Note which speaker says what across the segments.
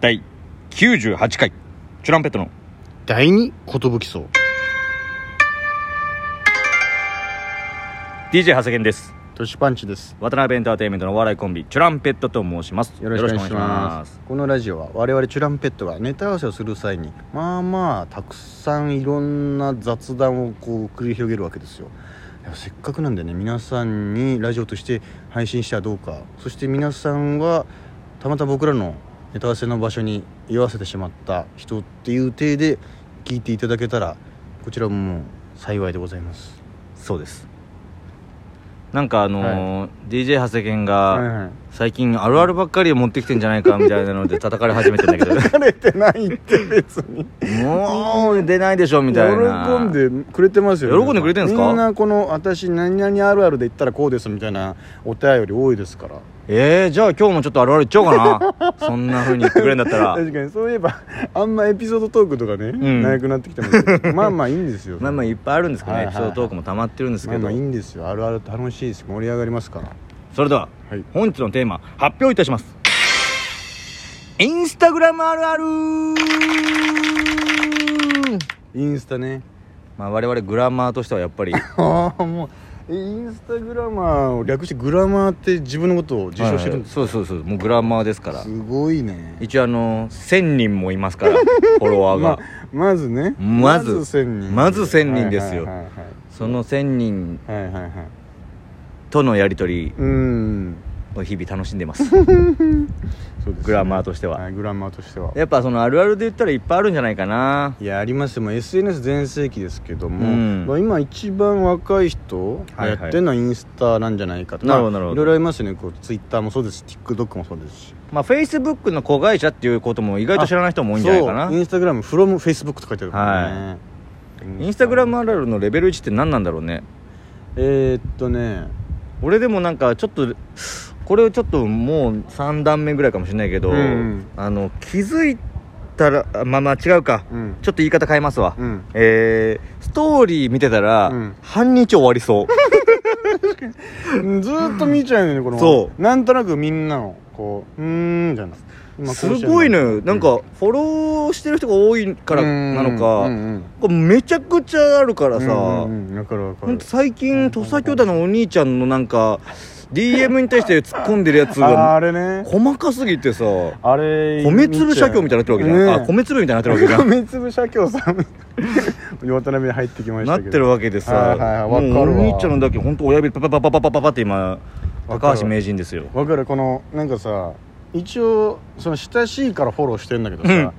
Speaker 1: 第98回チュランペットの
Speaker 2: 第二寿荘
Speaker 1: DJ 長谷源です
Speaker 2: トシパンチです
Speaker 1: 渡辺エンターテインメントのお笑いコンビチュランペットと申します
Speaker 2: よろしくお願いしますこのラジオは我々チュランペットがネタ合わせをする際にまあまあたくさんいろんな雑談をこう繰り広げるわけですよいやせっかくなんでね皆さんにラジオとして配信してはどうかそして皆さんはたまたま僕らのネタ合わせの場所に居合わせてしまった人っていう体で聞いていただけたらこちらももう幸いでございます
Speaker 1: そうですなんかあのー DJ 長谷源が
Speaker 2: はい
Speaker 1: 最近あるあるばっかりを持ってきてんじゃないかみたいな ので叩かれ始めてんだけど
Speaker 2: 疲れてないって別に
Speaker 1: もう出ないでしょみたいな
Speaker 2: 喜んでくれてますよ、
Speaker 1: 喜んでくれてんすか
Speaker 2: みんなこの私何々あるあるで言ったらこうですみたいなお便り多いですから
Speaker 1: えー、じゃあ今日もちょっとあるあるいっちゃおうかなそんなふうに言ってくれんだったら
Speaker 2: 確かにそういえばあんまエピソードトークとかね、
Speaker 1: ん
Speaker 2: なくなってき てますけどまあまあいいんですよ
Speaker 1: まあまあいっぱいあるんですけどね、
Speaker 2: はいは
Speaker 1: エピ
Speaker 2: い
Speaker 1: ソードトークも溜まってるんですけ
Speaker 2: まあ
Speaker 1: ど、
Speaker 2: まあいいんですよあるあるって楽しいです盛り上がりますから
Speaker 1: それでは、
Speaker 2: はい
Speaker 1: 本日のテーマ発表いたしますインスタグラムあるある
Speaker 2: インス タね
Speaker 1: まあ我々グラマーとしてはやっ ぱり
Speaker 2: ああもうインスタグラマーを略してグラマーって自分のことを自称してるんです、
Speaker 1: はいはいそうそうそうもうグラマーですから
Speaker 2: すごいね
Speaker 1: 一応あの1000人もいます からフォロワーが、
Speaker 2: ままずね
Speaker 1: まず
Speaker 2: 1000人
Speaker 1: まず1000人ですよ
Speaker 2: はいはいはい
Speaker 1: その1000人
Speaker 2: はいはいはいはい
Speaker 1: とのやり取り
Speaker 2: うん
Speaker 1: を日々楽しんで ます
Speaker 2: そうですね
Speaker 1: グラマーとしては
Speaker 2: はいグラマーとしては
Speaker 1: やっぱそのあるあるで言ったらいっぱいあるんじゃないかない
Speaker 2: やありますよもう SNS 全盛期ですけども、
Speaker 1: うん
Speaker 2: まあ、今一番若い人
Speaker 1: はい
Speaker 2: や
Speaker 1: はい
Speaker 2: ってるのはインスタなんじゃないかと、
Speaker 1: なるほど
Speaker 2: まあ
Speaker 1: なるほど
Speaker 2: いろいろありますよねこうツイッターもそうですし TikTok もそうですし
Speaker 1: まあフェイスブックの子会社っていうことも意外と知らない人も多いんじゃないかな
Speaker 2: そうインスタグラム fromFacebook と書いてあるからね、
Speaker 1: インスタグラ
Speaker 2: ム
Speaker 1: ムあるあるのレベル1って何なんだろうね
Speaker 2: えー、っとね
Speaker 1: 俺でもなんかちょっとこれをちょっともう3段目ぐらいかもしれないけど、
Speaker 2: うん
Speaker 1: あの気づいたらあまあまあ違うか、
Speaker 2: うん
Speaker 1: ちょっと言い方変えますわ、
Speaker 2: うん
Speaker 1: えー、ストーリー見てたら、
Speaker 2: うん
Speaker 1: 半日終わりそう
Speaker 2: うんずーっと見ちゃうよねこの
Speaker 1: そ
Speaker 2: なんとなくみんなのこううーんみたいな今
Speaker 1: す
Speaker 2: こうしてる
Speaker 1: ごいのよなんかフォローしてる人が多いからなのか、
Speaker 2: うんうん
Speaker 1: これめちゃくちゃあるから
Speaker 2: う
Speaker 1: さ、
Speaker 2: んうんうんわかるわか
Speaker 1: ほん
Speaker 2: る
Speaker 1: と最近土佐兄弟のお兄ちゃんのなんか DM に対して突っ込んでるやつ
Speaker 2: あー
Speaker 1: が
Speaker 2: あれね
Speaker 1: 細かすぎてさ
Speaker 2: あれ
Speaker 1: 米粒社協みたいになってるわけじゃん、
Speaker 2: ねえ
Speaker 1: あ米粒みたいになってるわけじゃん
Speaker 2: 米粒社協さん 渡辺入ってきまし
Speaker 1: な
Speaker 2: た
Speaker 1: っ
Speaker 2: けど
Speaker 1: てるわけでさ、
Speaker 2: はいはいはいわかるわ
Speaker 1: もうお兄ちゃんだけ本当親指パパパパパパパパって今
Speaker 2: わかる
Speaker 1: 高橋名人ですよ
Speaker 2: わかるこのなんかさ一応その親しいからフォローしてんだけど
Speaker 1: うん
Speaker 2: さ、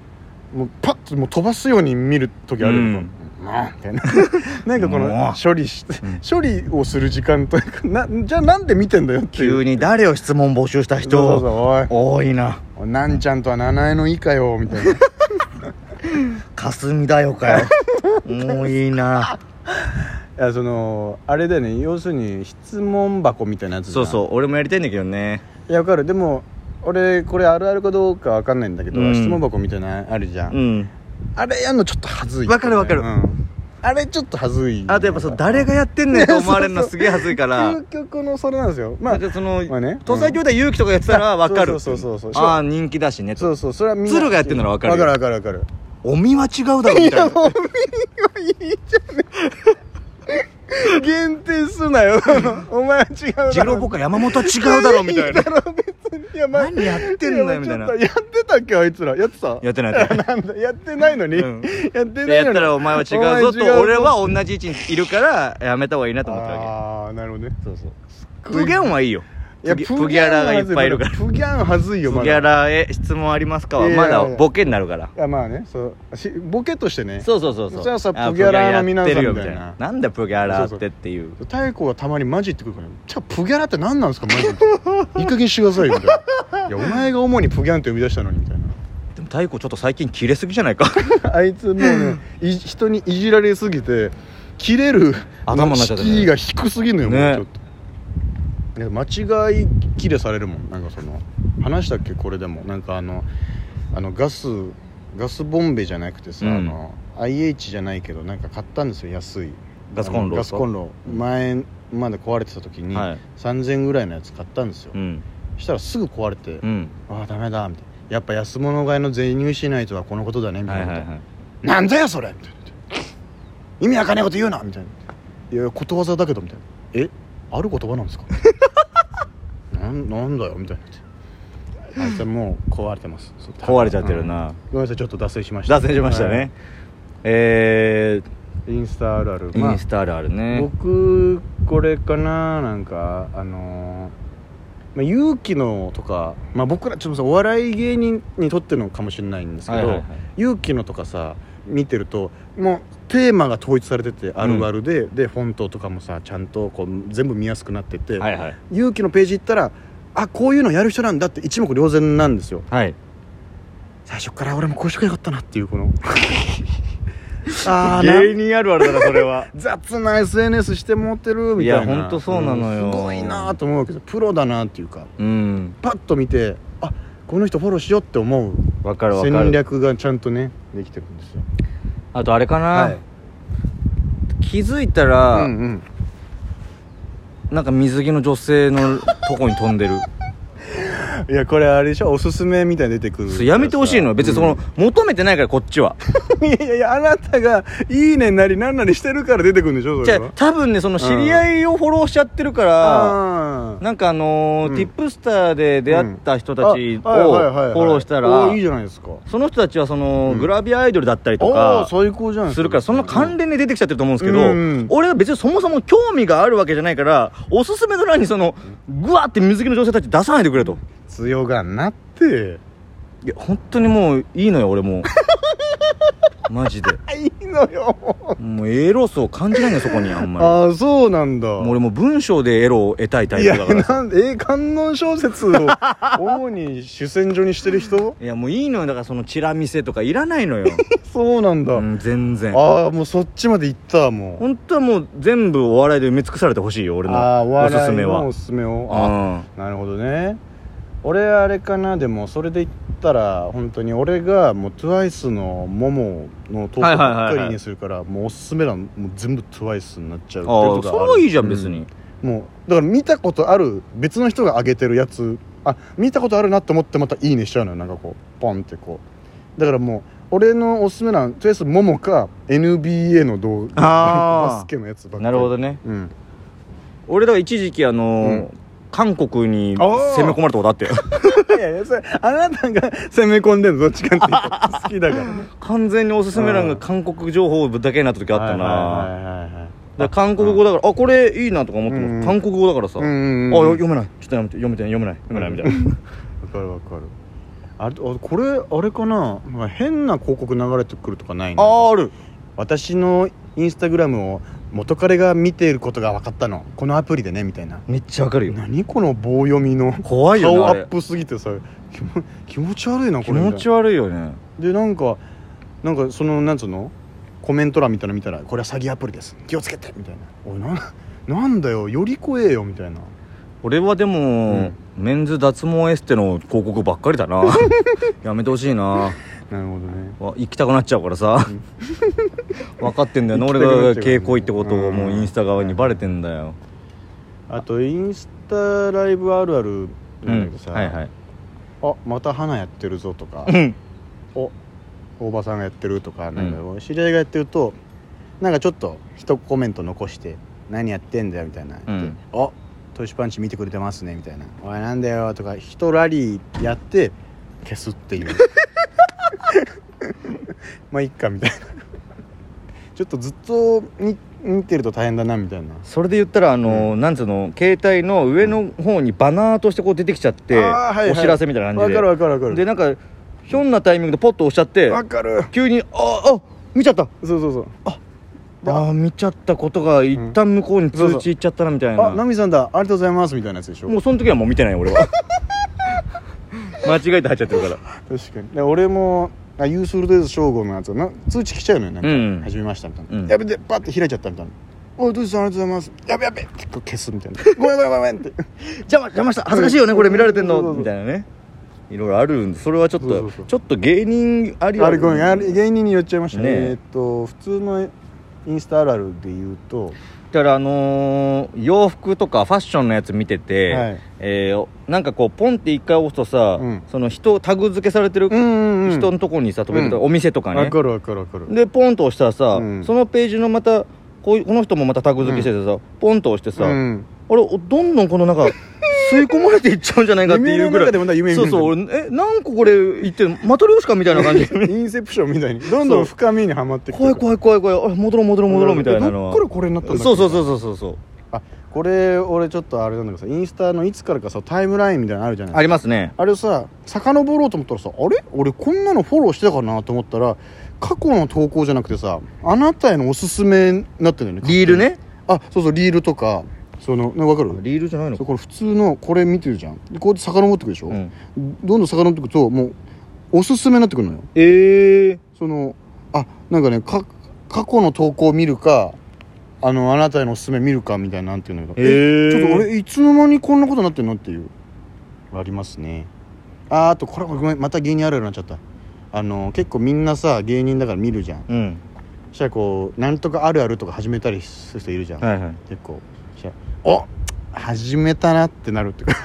Speaker 2: もうパッともう飛ばすように見る時あるよ、
Speaker 1: うん
Speaker 2: なあみたいな なんかこ
Speaker 1: も
Speaker 2: の
Speaker 1: う
Speaker 2: 処理し、処理をする時間というかなじゃあなんで見てんだよっていう
Speaker 1: 急に誰を質問募集した
Speaker 2: そうそうそう
Speaker 1: 人多いな
Speaker 2: おいなんちゃんとは七重の以下よみたいな
Speaker 1: 霞だよかよもういいない
Speaker 2: やそのあれだよね要するに質問箱みたいなやつじゃ
Speaker 1: そ
Speaker 2: ん
Speaker 1: うそう俺もやりたいんだけどね
Speaker 2: いやわかるでも俺これあるあるかどうかわかんないんだけど、
Speaker 1: うん
Speaker 2: 質問箱みたいなのあるじゃん、
Speaker 1: うん
Speaker 2: あれやんのちょっとはずい
Speaker 1: わかるわかる
Speaker 2: うんあれちょっとはずい
Speaker 1: あとやっぱそう誰が
Speaker 2: や
Speaker 1: やってんねんと思わ れるのすげえ恥ずいから
Speaker 2: 究極のそれなんですよま
Speaker 1: な
Speaker 2: あ
Speaker 1: んかその
Speaker 2: まあね
Speaker 1: 土佐兄弟勇気とかやってたら分かる
Speaker 2: そうそうそうそう
Speaker 1: ああ人気だしねと
Speaker 2: そうそうそれはみんな
Speaker 1: 鶴がやってんならわかる
Speaker 2: わ
Speaker 1: よ
Speaker 2: かるわかるわかる
Speaker 1: おみは違うだろみたいな
Speaker 2: 限定すなよ お前は違うだろ
Speaker 1: ジローボカ山本は違うだろみたいな
Speaker 2: やまあ
Speaker 1: 何やってんだよみたいな
Speaker 2: やちょっとやってたっけあいつらやってた
Speaker 1: やってないやってない
Speaker 2: なんだやってないのに、
Speaker 1: うん
Speaker 2: やっ
Speaker 1: で
Speaker 2: てない
Speaker 1: や
Speaker 2: の
Speaker 1: っ
Speaker 2: に
Speaker 1: たらお前は違
Speaker 2: お前
Speaker 1: うぞと
Speaker 2: 違うぞ
Speaker 1: 俺は同じ位置にいるからやめた方がいいなと思ったわ
Speaker 2: ああなるほどね
Speaker 1: けそうそうプギャンはいいよプギプギャラがいっぱいいるからプ
Speaker 2: プギャンはずいよまだ
Speaker 1: ギャラへ質問ありますかはい
Speaker 2: やい
Speaker 1: ま
Speaker 2: やいや
Speaker 1: だボケになるから
Speaker 2: いやまあねそうしボケとしてね
Speaker 1: そうそうそうそう
Speaker 2: じゃあさ
Speaker 1: ー
Speaker 2: プギャラーの
Speaker 1: プギャやってるよみた
Speaker 2: 皆さんみたいない
Speaker 1: ななんだプギャラーってっていう
Speaker 2: 太鼓がたまにマジってくるから「じゃあプギャラって何なんですかマジで」いい加減にしてくださいよ」みたいな「いやお前が主にプギャンって生み出したのに」みたいな
Speaker 1: でも太鼓ちょっと最近切れすぎじゃないか
Speaker 2: あいつもうねい人にいじられすぎて切れる
Speaker 1: 頭になっちゃってね
Speaker 2: 敷居が低すぎるのよ、
Speaker 1: ね
Speaker 2: もうちょっといや間違い切れされるもんなんかその話したっけこれでもなんかあのあのガスガスボンベじゃなくてさ、
Speaker 1: うん
Speaker 2: あの IH じゃないけどなんか買ったんですよ安い
Speaker 1: ガスコンロ
Speaker 2: ガスコンロ前まで壊れてた時に、
Speaker 1: はい
Speaker 2: 3000ぐらいのやつ買ったんですよ、
Speaker 1: うん
Speaker 2: したらすぐ壊れて、
Speaker 1: うん
Speaker 2: ああダメだみたいなやっぱ安物買いの税入しないとはこのことだねみた
Speaker 1: はい
Speaker 2: いな、
Speaker 1: はいはい
Speaker 2: なんだよそれみたいな意味わかんないこと言うなみたいないやことわざだけどみたいなえある言葉な んですかなんなんだよみたいなあいつはもう壊れてますそう
Speaker 1: 壊れちゃってるな
Speaker 2: うんごめんなさいちょっと脱線しました
Speaker 1: 脱線しましたね、
Speaker 2: はい
Speaker 1: え
Speaker 2: インスタあるある、
Speaker 1: ー、インスタあるあるね、
Speaker 2: 僕これかななんかあのーまあ、勇気のとか、まあ、僕らちょっとさお笑い芸人にとってのかもしれないんですけ
Speaker 1: は
Speaker 2: ど、
Speaker 1: いはいはい
Speaker 2: 勇気のとかさ見てるともうテーマが統一されててあるあるで、でフォントとかもさちゃんとこう全部見やすくなってて、
Speaker 1: はいはい
Speaker 2: 勇気のページ行ったらあこういうのやる人なんだって一目瞭然なんですよ
Speaker 1: はい
Speaker 2: 最初から俺もこうしときゃよかったなっていう このああ
Speaker 1: 芸人あるあるだなそれは
Speaker 2: 雑な SNS して持ってるみたいない
Speaker 1: やほんとそうなのよ
Speaker 2: んすごいなと思うけどプロだなっていうか
Speaker 1: うん
Speaker 2: パッと見てあこの人フォローしようって思う
Speaker 1: わかるわか
Speaker 2: 戦
Speaker 1: る
Speaker 2: 略がちゃんとねできてるんですよ
Speaker 1: あとあれかな、
Speaker 2: はい
Speaker 1: 気づいた
Speaker 2: う
Speaker 1: ら、
Speaker 2: んうん
Speaker 1: なんか水着の女性のとこに飛んでる
Speaker 2: いやこれあれでしょおすすめみたいに出てく
Speaker 1: そ
Speaker 2: る
Speaker 1: うやめてほしいのよ別にその、
Speaker 2: うん
Speaker 1: 求めてないからこっちは
Speaker 2: いやいやいやあなたが「いいね」なりなんなりしてるから出てくるんでしょそ
Speaker 1: じゃ
Speaker 2: れ
Speaker 1: あ
Speaker 2: は
Speaker 1: 多分ねその知り合いをフォローしちゃってるから、
Speaker 2: あ
Speaker 1: なんかあのー
Speaker 2: うん
Speaker 1: ティップスターで出会った人たちをフ
Speaker 2: あはいはいはいはい
Speaker 1: ォローしたら
Speaker 2: おいいじゃないですか
Speaker 1: その人たちはその、
Speaker 2: うん
Speaker 1: グラビアアイドルだったりと
Speaker 2: ああ
Speaker 1: か
Speaker 2: 最高じゃないです
Speaker 1: するからその関連で出てきちゃってると思うんですけど、
Speaker 2: うん
Speaker 1: 俺は別にそもそも興味があるわけじゃないからおすすめの欄にそのぐわって水着の女性たち出さないでくれと
Speaker 2: 強がんなって
Speaker 1: いや本当にもういいのよ俺 もうマジで
Speaker 2: あいいのよ
Speaker 1: もうエロスを感じないのよそこにあんま
Speaker 2: ああそうなんだ
Speaker 1: りもう俺もう文章でエロを得たいタイ
Speaker 2: い
Speaker 1: プ
Speaker 2: や
Speaker 1: だからさ
Speaker 2: なんえー観音小 説を主に主戦場にしてる人
Speaker 1: いやもういいのよだからそのチラ見せとかいらないのよ、
Speaker 2: そうなんだ、
Speaker 1: うん、全然
Speaker 2: ああもうそっちまで行ったもう
Speaker 1: 本当はもう全部お笑いで埋め尽くされてほしいよ俺
Speaker 2: ああ
Speaker 1: のおすす
Speaker 2: 笑い
Speaker 1: めは
Speaker 2: のおすすめをあ
Speaker 1: あ
Speaker 2: なるほどね俺あれかなでもそれで言ったら本当に俺がもう TWICE の「モモの投稿ばっかりにするから、もうおすすめ欄もう全部 TWICE になっちゃう
Speaker 1: あ
Speaker 2: っていう
Speaker 1: ー
Speaker 2: こ
Speaker 1: それ
Speaker 2: とがある
Speaker 1: はいいじゃん別
Speaker 2: う
Speaker 1: に、
Speaker 2: もうだから見たことある別の人が上げてるやつあ見たことあるなと思ってまた「いいね」しちゃうのよなんかこうポンってこうだからもう俺のおすすめなのとりあえず「もも」か NBA の動画
Speaker 1: あー
Speaker 2: バスケのやつばっかり
Speaker 1: なるほどね
Speaker 2: うん
Speaker 1: 俺だから一時期あのー
Speaker 2: う
Speaker 1: 韓国に
Speaker 2: あー
Speaker 1: 攻め込まれたことあ って
Speaker 2: いやいやそれあなたが攻め込んでるのどっちかっていうと好きだからね
Speaker 1: 完全におすすめ欄が韓国情報だけになった時あったな、
Speaker 2: はいはいはいはい
Speaker 1: だから韓国語だから、あこれいいなとか思っても、
Speaker 2: うん
Speaker 1: 韓国語だからさ、
Speaker 2: うんうんうん
Speaker 1: あよ読めないちょっとやめて読めてない読めない読めないみたいな
Speaker 2: わかるわかるあれあこれあれかななんか変な広告流れてくるとかないの
Speaker 1: あーある
Speaker 2: 私のインスタグラムを元彼が見ていることが分かったのこのアプリでねみたいな
Speaker 1: めっちゃわかるよ
Speaker 2: 何この棒読みの
Speaker 1: 怖いよ
Speaker 2: 顔
Speaker 1: なあ
Speaker 2: ア
Speaker 1: れ
Speaker 2: ップすぎてさ気も気持ち悪いなこ
Speaker 1: 気
Speaker 2: れ
Speaker 1: 持ち悪いよね
Speaker 2: でなんかなんかそのなんつうのコメント欄みたいなの見たら「これは詐欺アプリです気をつけて」みたいな「おいななんだよより怖えよ」みたいな
Speaker 1: 俺はでも、
Speaker 2: ん
Speaker 1: メンズ脱毛エステの広告ばっかりだ なやめてほしいな
Speaker 2: なるほどね
Speaker 1: わ行きたくなっちゃうからさ 分かってんだよな
Speaker 2: 行
Speaker 1: 俺
Speaker 2: きたくなっちゃうからね
Speaker 1: が傾向いってことをもうインスタ側にバレてんだよ、
Speaker 2: あとインスタライブあるある
Speaker 1: う
Speaker 2: なんだ
Speaker 1: ん
Speaker 2: けど、さ、
Speaker 1: はいはい
Speaker 2: あまた花やってるぞとか
Speaker 1: うん
Speaker 2: お大場さんがやってるとかなんか、知り合いがやってるとなんかちょっと一コメント残して「何やってんだよ」みたいな「
Speaker 1: うん
Speaker 2: おトシパンチ見てくれてますね」みたいな「おいなんだよ」とか一ラリーやって消すっていう まあいっかみたいなちょっとずっと見見てると大変だなみたいな
Speaker 1: それで言ったらあの、なんつうの携帯の上の方にバナーとしてこう出てきちゃって、
Speaker 2: あーはいはい
Speaker 1: お知らせみたいな感
Speaker 2: わ
Speaker 1: じで
Speaker 2: かるわかるわかる
Speaker 1: でなんかひょんなタイミングでポッと押しちゃって
Speaker 2: わかる
Speaker 1: 急に「ああ見ちゃった
Speaker 2: そうそうそう
Speaker 1: あー見ちゃったことが一旦向こうに通知いっちゃったな」みたいな、
Speaker 2: あナミさんだありがとうございますみたいなやつでしょ
Speaker 1: もうその時はもう見てないよ俺 は間違えて入っちゃってるから
Speaker 2: 確かにで俺もあユースルデズ称号のやつはな通知来ちゃうのよなんか、
Speaker 1: うん
Speaker 2: 始めましたみたいな、
Speaker 1: うん
Speaker 2: やべでパッて開いちゃったみたいな「おいどうしたありがとうございますやべやべ」ってこう消す みたいな「ごめんごめんごめん」って
Speaker 1: 邪魔邪魔した恥ずかしいよねこれ見られてん
Speaker 2: そうそう
Speaker 1: の
Speaker 2: そう
Speaker 1: みたいなねいろいろあるんでそれはちょっと
Speaker 2: そうそうそう
Speaker 1: ちょっと芸人あり
Speaker 2: あれごめんあれ芸人に寄っちゃいましたね
Speaker 1: ねえ
Speaker 2: えーっと普通のインスタあるあるで言うと
Speaker 1: だからあのー洋服とかファッションのやつ見てて、
Speaker 2: はい
Speaker 1: えーなんかこうポンって一回押すとさ、
Speaker 2: うん
Speaker 1: その人タグ付けされてる
Speaker 2: うんうんうん
Speaker 1: 人のとこにさ飛べると、
Speaker 2: うん
Speaker 1: お店とかね
Speaker 2: わかるわかるわかる
Speaker 1: でポンと押したらさ、
Speaker 2: うん
Speaker 1: そのページのまたこういうこの人もまたタグ付けしててさ、ポンと押してさ、
Speaker 2: うん
Speaker 1: あれおどんどんこの中吸い込まれていっちゃうんじゃないかって
Speaker 2: 夢
Speaker 1: いう
Speaker 2: の
Speaker 1: ぐら
Speaker 2: 中
Speaker 1: い
Speaker 2: でもな夢見
Speaker 1: そ
Speaker 2: る
Speaker 1: うそう俺え何個これ言ってるマトリョーシカみたいな 感じ
Speaker 2: インセプションみたいにどんどん深みにはまってきて
Speaker 1: 怖い怖い怖い怖いあれ戻ろう戻ろう戻ろうみたいなのは
Speaker 2: どっからこれになったんだっけ
Speaker 1: そうそうそうそうそうそう
Speaker 2: あこれ俺ちょっとあれなんだけどさインスタのいつからかさタイムラインみたいなのあるじゃない
Speaker 1: ありますね
Speaker 2: あれをさ遡ろうと思ったらさあれ俺こんなのフォローしてたかなと思ったら過去の投稿じゃなくてさあなたへのおすすめになってるんだよね
Speaker 1: リールね
Speaker 2: あそうそうリールとかそのねわかる
Speaker 1: リールじゃないの
Speaker 2: そう
Speaker 1: か
Speaker 2: これ普通のこれ見てるじゃんでこうやって遡ってくるでしょ、
Speaker 1: うん
Speaker 2: どんどん遡ってくともうおすすめになってくるのよ
Speaker 1: ええ
Speaker 2: そのあなんかねか過去の投稿を見るかあのあなたへのおすすめ見るかみたいななんていうんだけど、
Speaker 1: ええ
Speaker 2: ちょっと俺いつの間にこんなことになってんのっていうありますねあーあとこれごめんまた芸人あるあるになっちゃったあの結構みんなさ芸人だから見るじゃん
Speaker 1: うん
Speaker 2: そしたらこうなんとかあるあるとか始めたりする人いるじゃん、
Speaker 1: はいはい
Speaker 2: 結構そしたらお始めたなってなるっていうか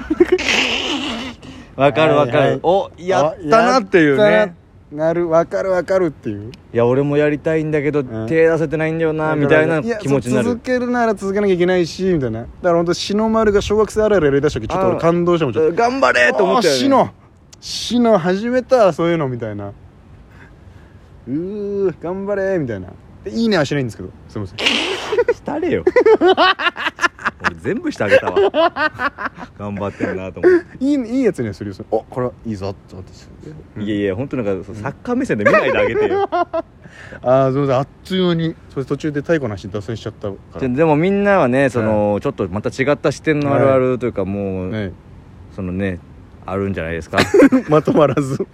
Speaker 1: わかるわかる、
Speaker 2: はいはい
Speaker 1: おやったなっていう
Speaker 2: あやった
Speaker 1: ね
Speaker 2: ななるわかるわかるっていう
Speaker 1: いや俺もやりたいんだけど、
Speaker 2: ん
Speaker 1: 手出せてないんだよなみたいな気持ちにな
Speaker 2: やそう
Speaker 1: る
Speaker 2: 続けるなら続けなきゃいけないしみたいなだから本当志の丸が小学生あるあるやりだした時ちょっと
Speaker 1: あ
Speaker 2: 俺感動したもんちょっ
Speaker 1: 頑張れ
Speaker 2: と
Speaker 1: と思った
Speaker 2: あー志
Speaker 1: よ、ね、
Speaker 2: の志の始めたそういうのみたいなうー頑張れみたいなでいいねはしないんですけどすいません
Speaker 1: したれよ 俺全部してあげたわ頑張ってるなと思って、
Speaker 2: いいいいやつにはするよそれおこれはいいぞって思って
Speaker 1: いやいや本当なんかそうサッカー目線で見ないであげてよ
Speaker 2: ああすいませんあっという間にそれ途中で太鼓の話脱線しちゃったか
Speaker 1: ち
Speaker 2: ら
Speaker 1: ょでもみんなはねその、ちょっとまた違った視点のあるあるというか、もう、
Speaker 2: ね
Speaker 1: そのねあるんじゃないですか
Speaker 2: まとまらず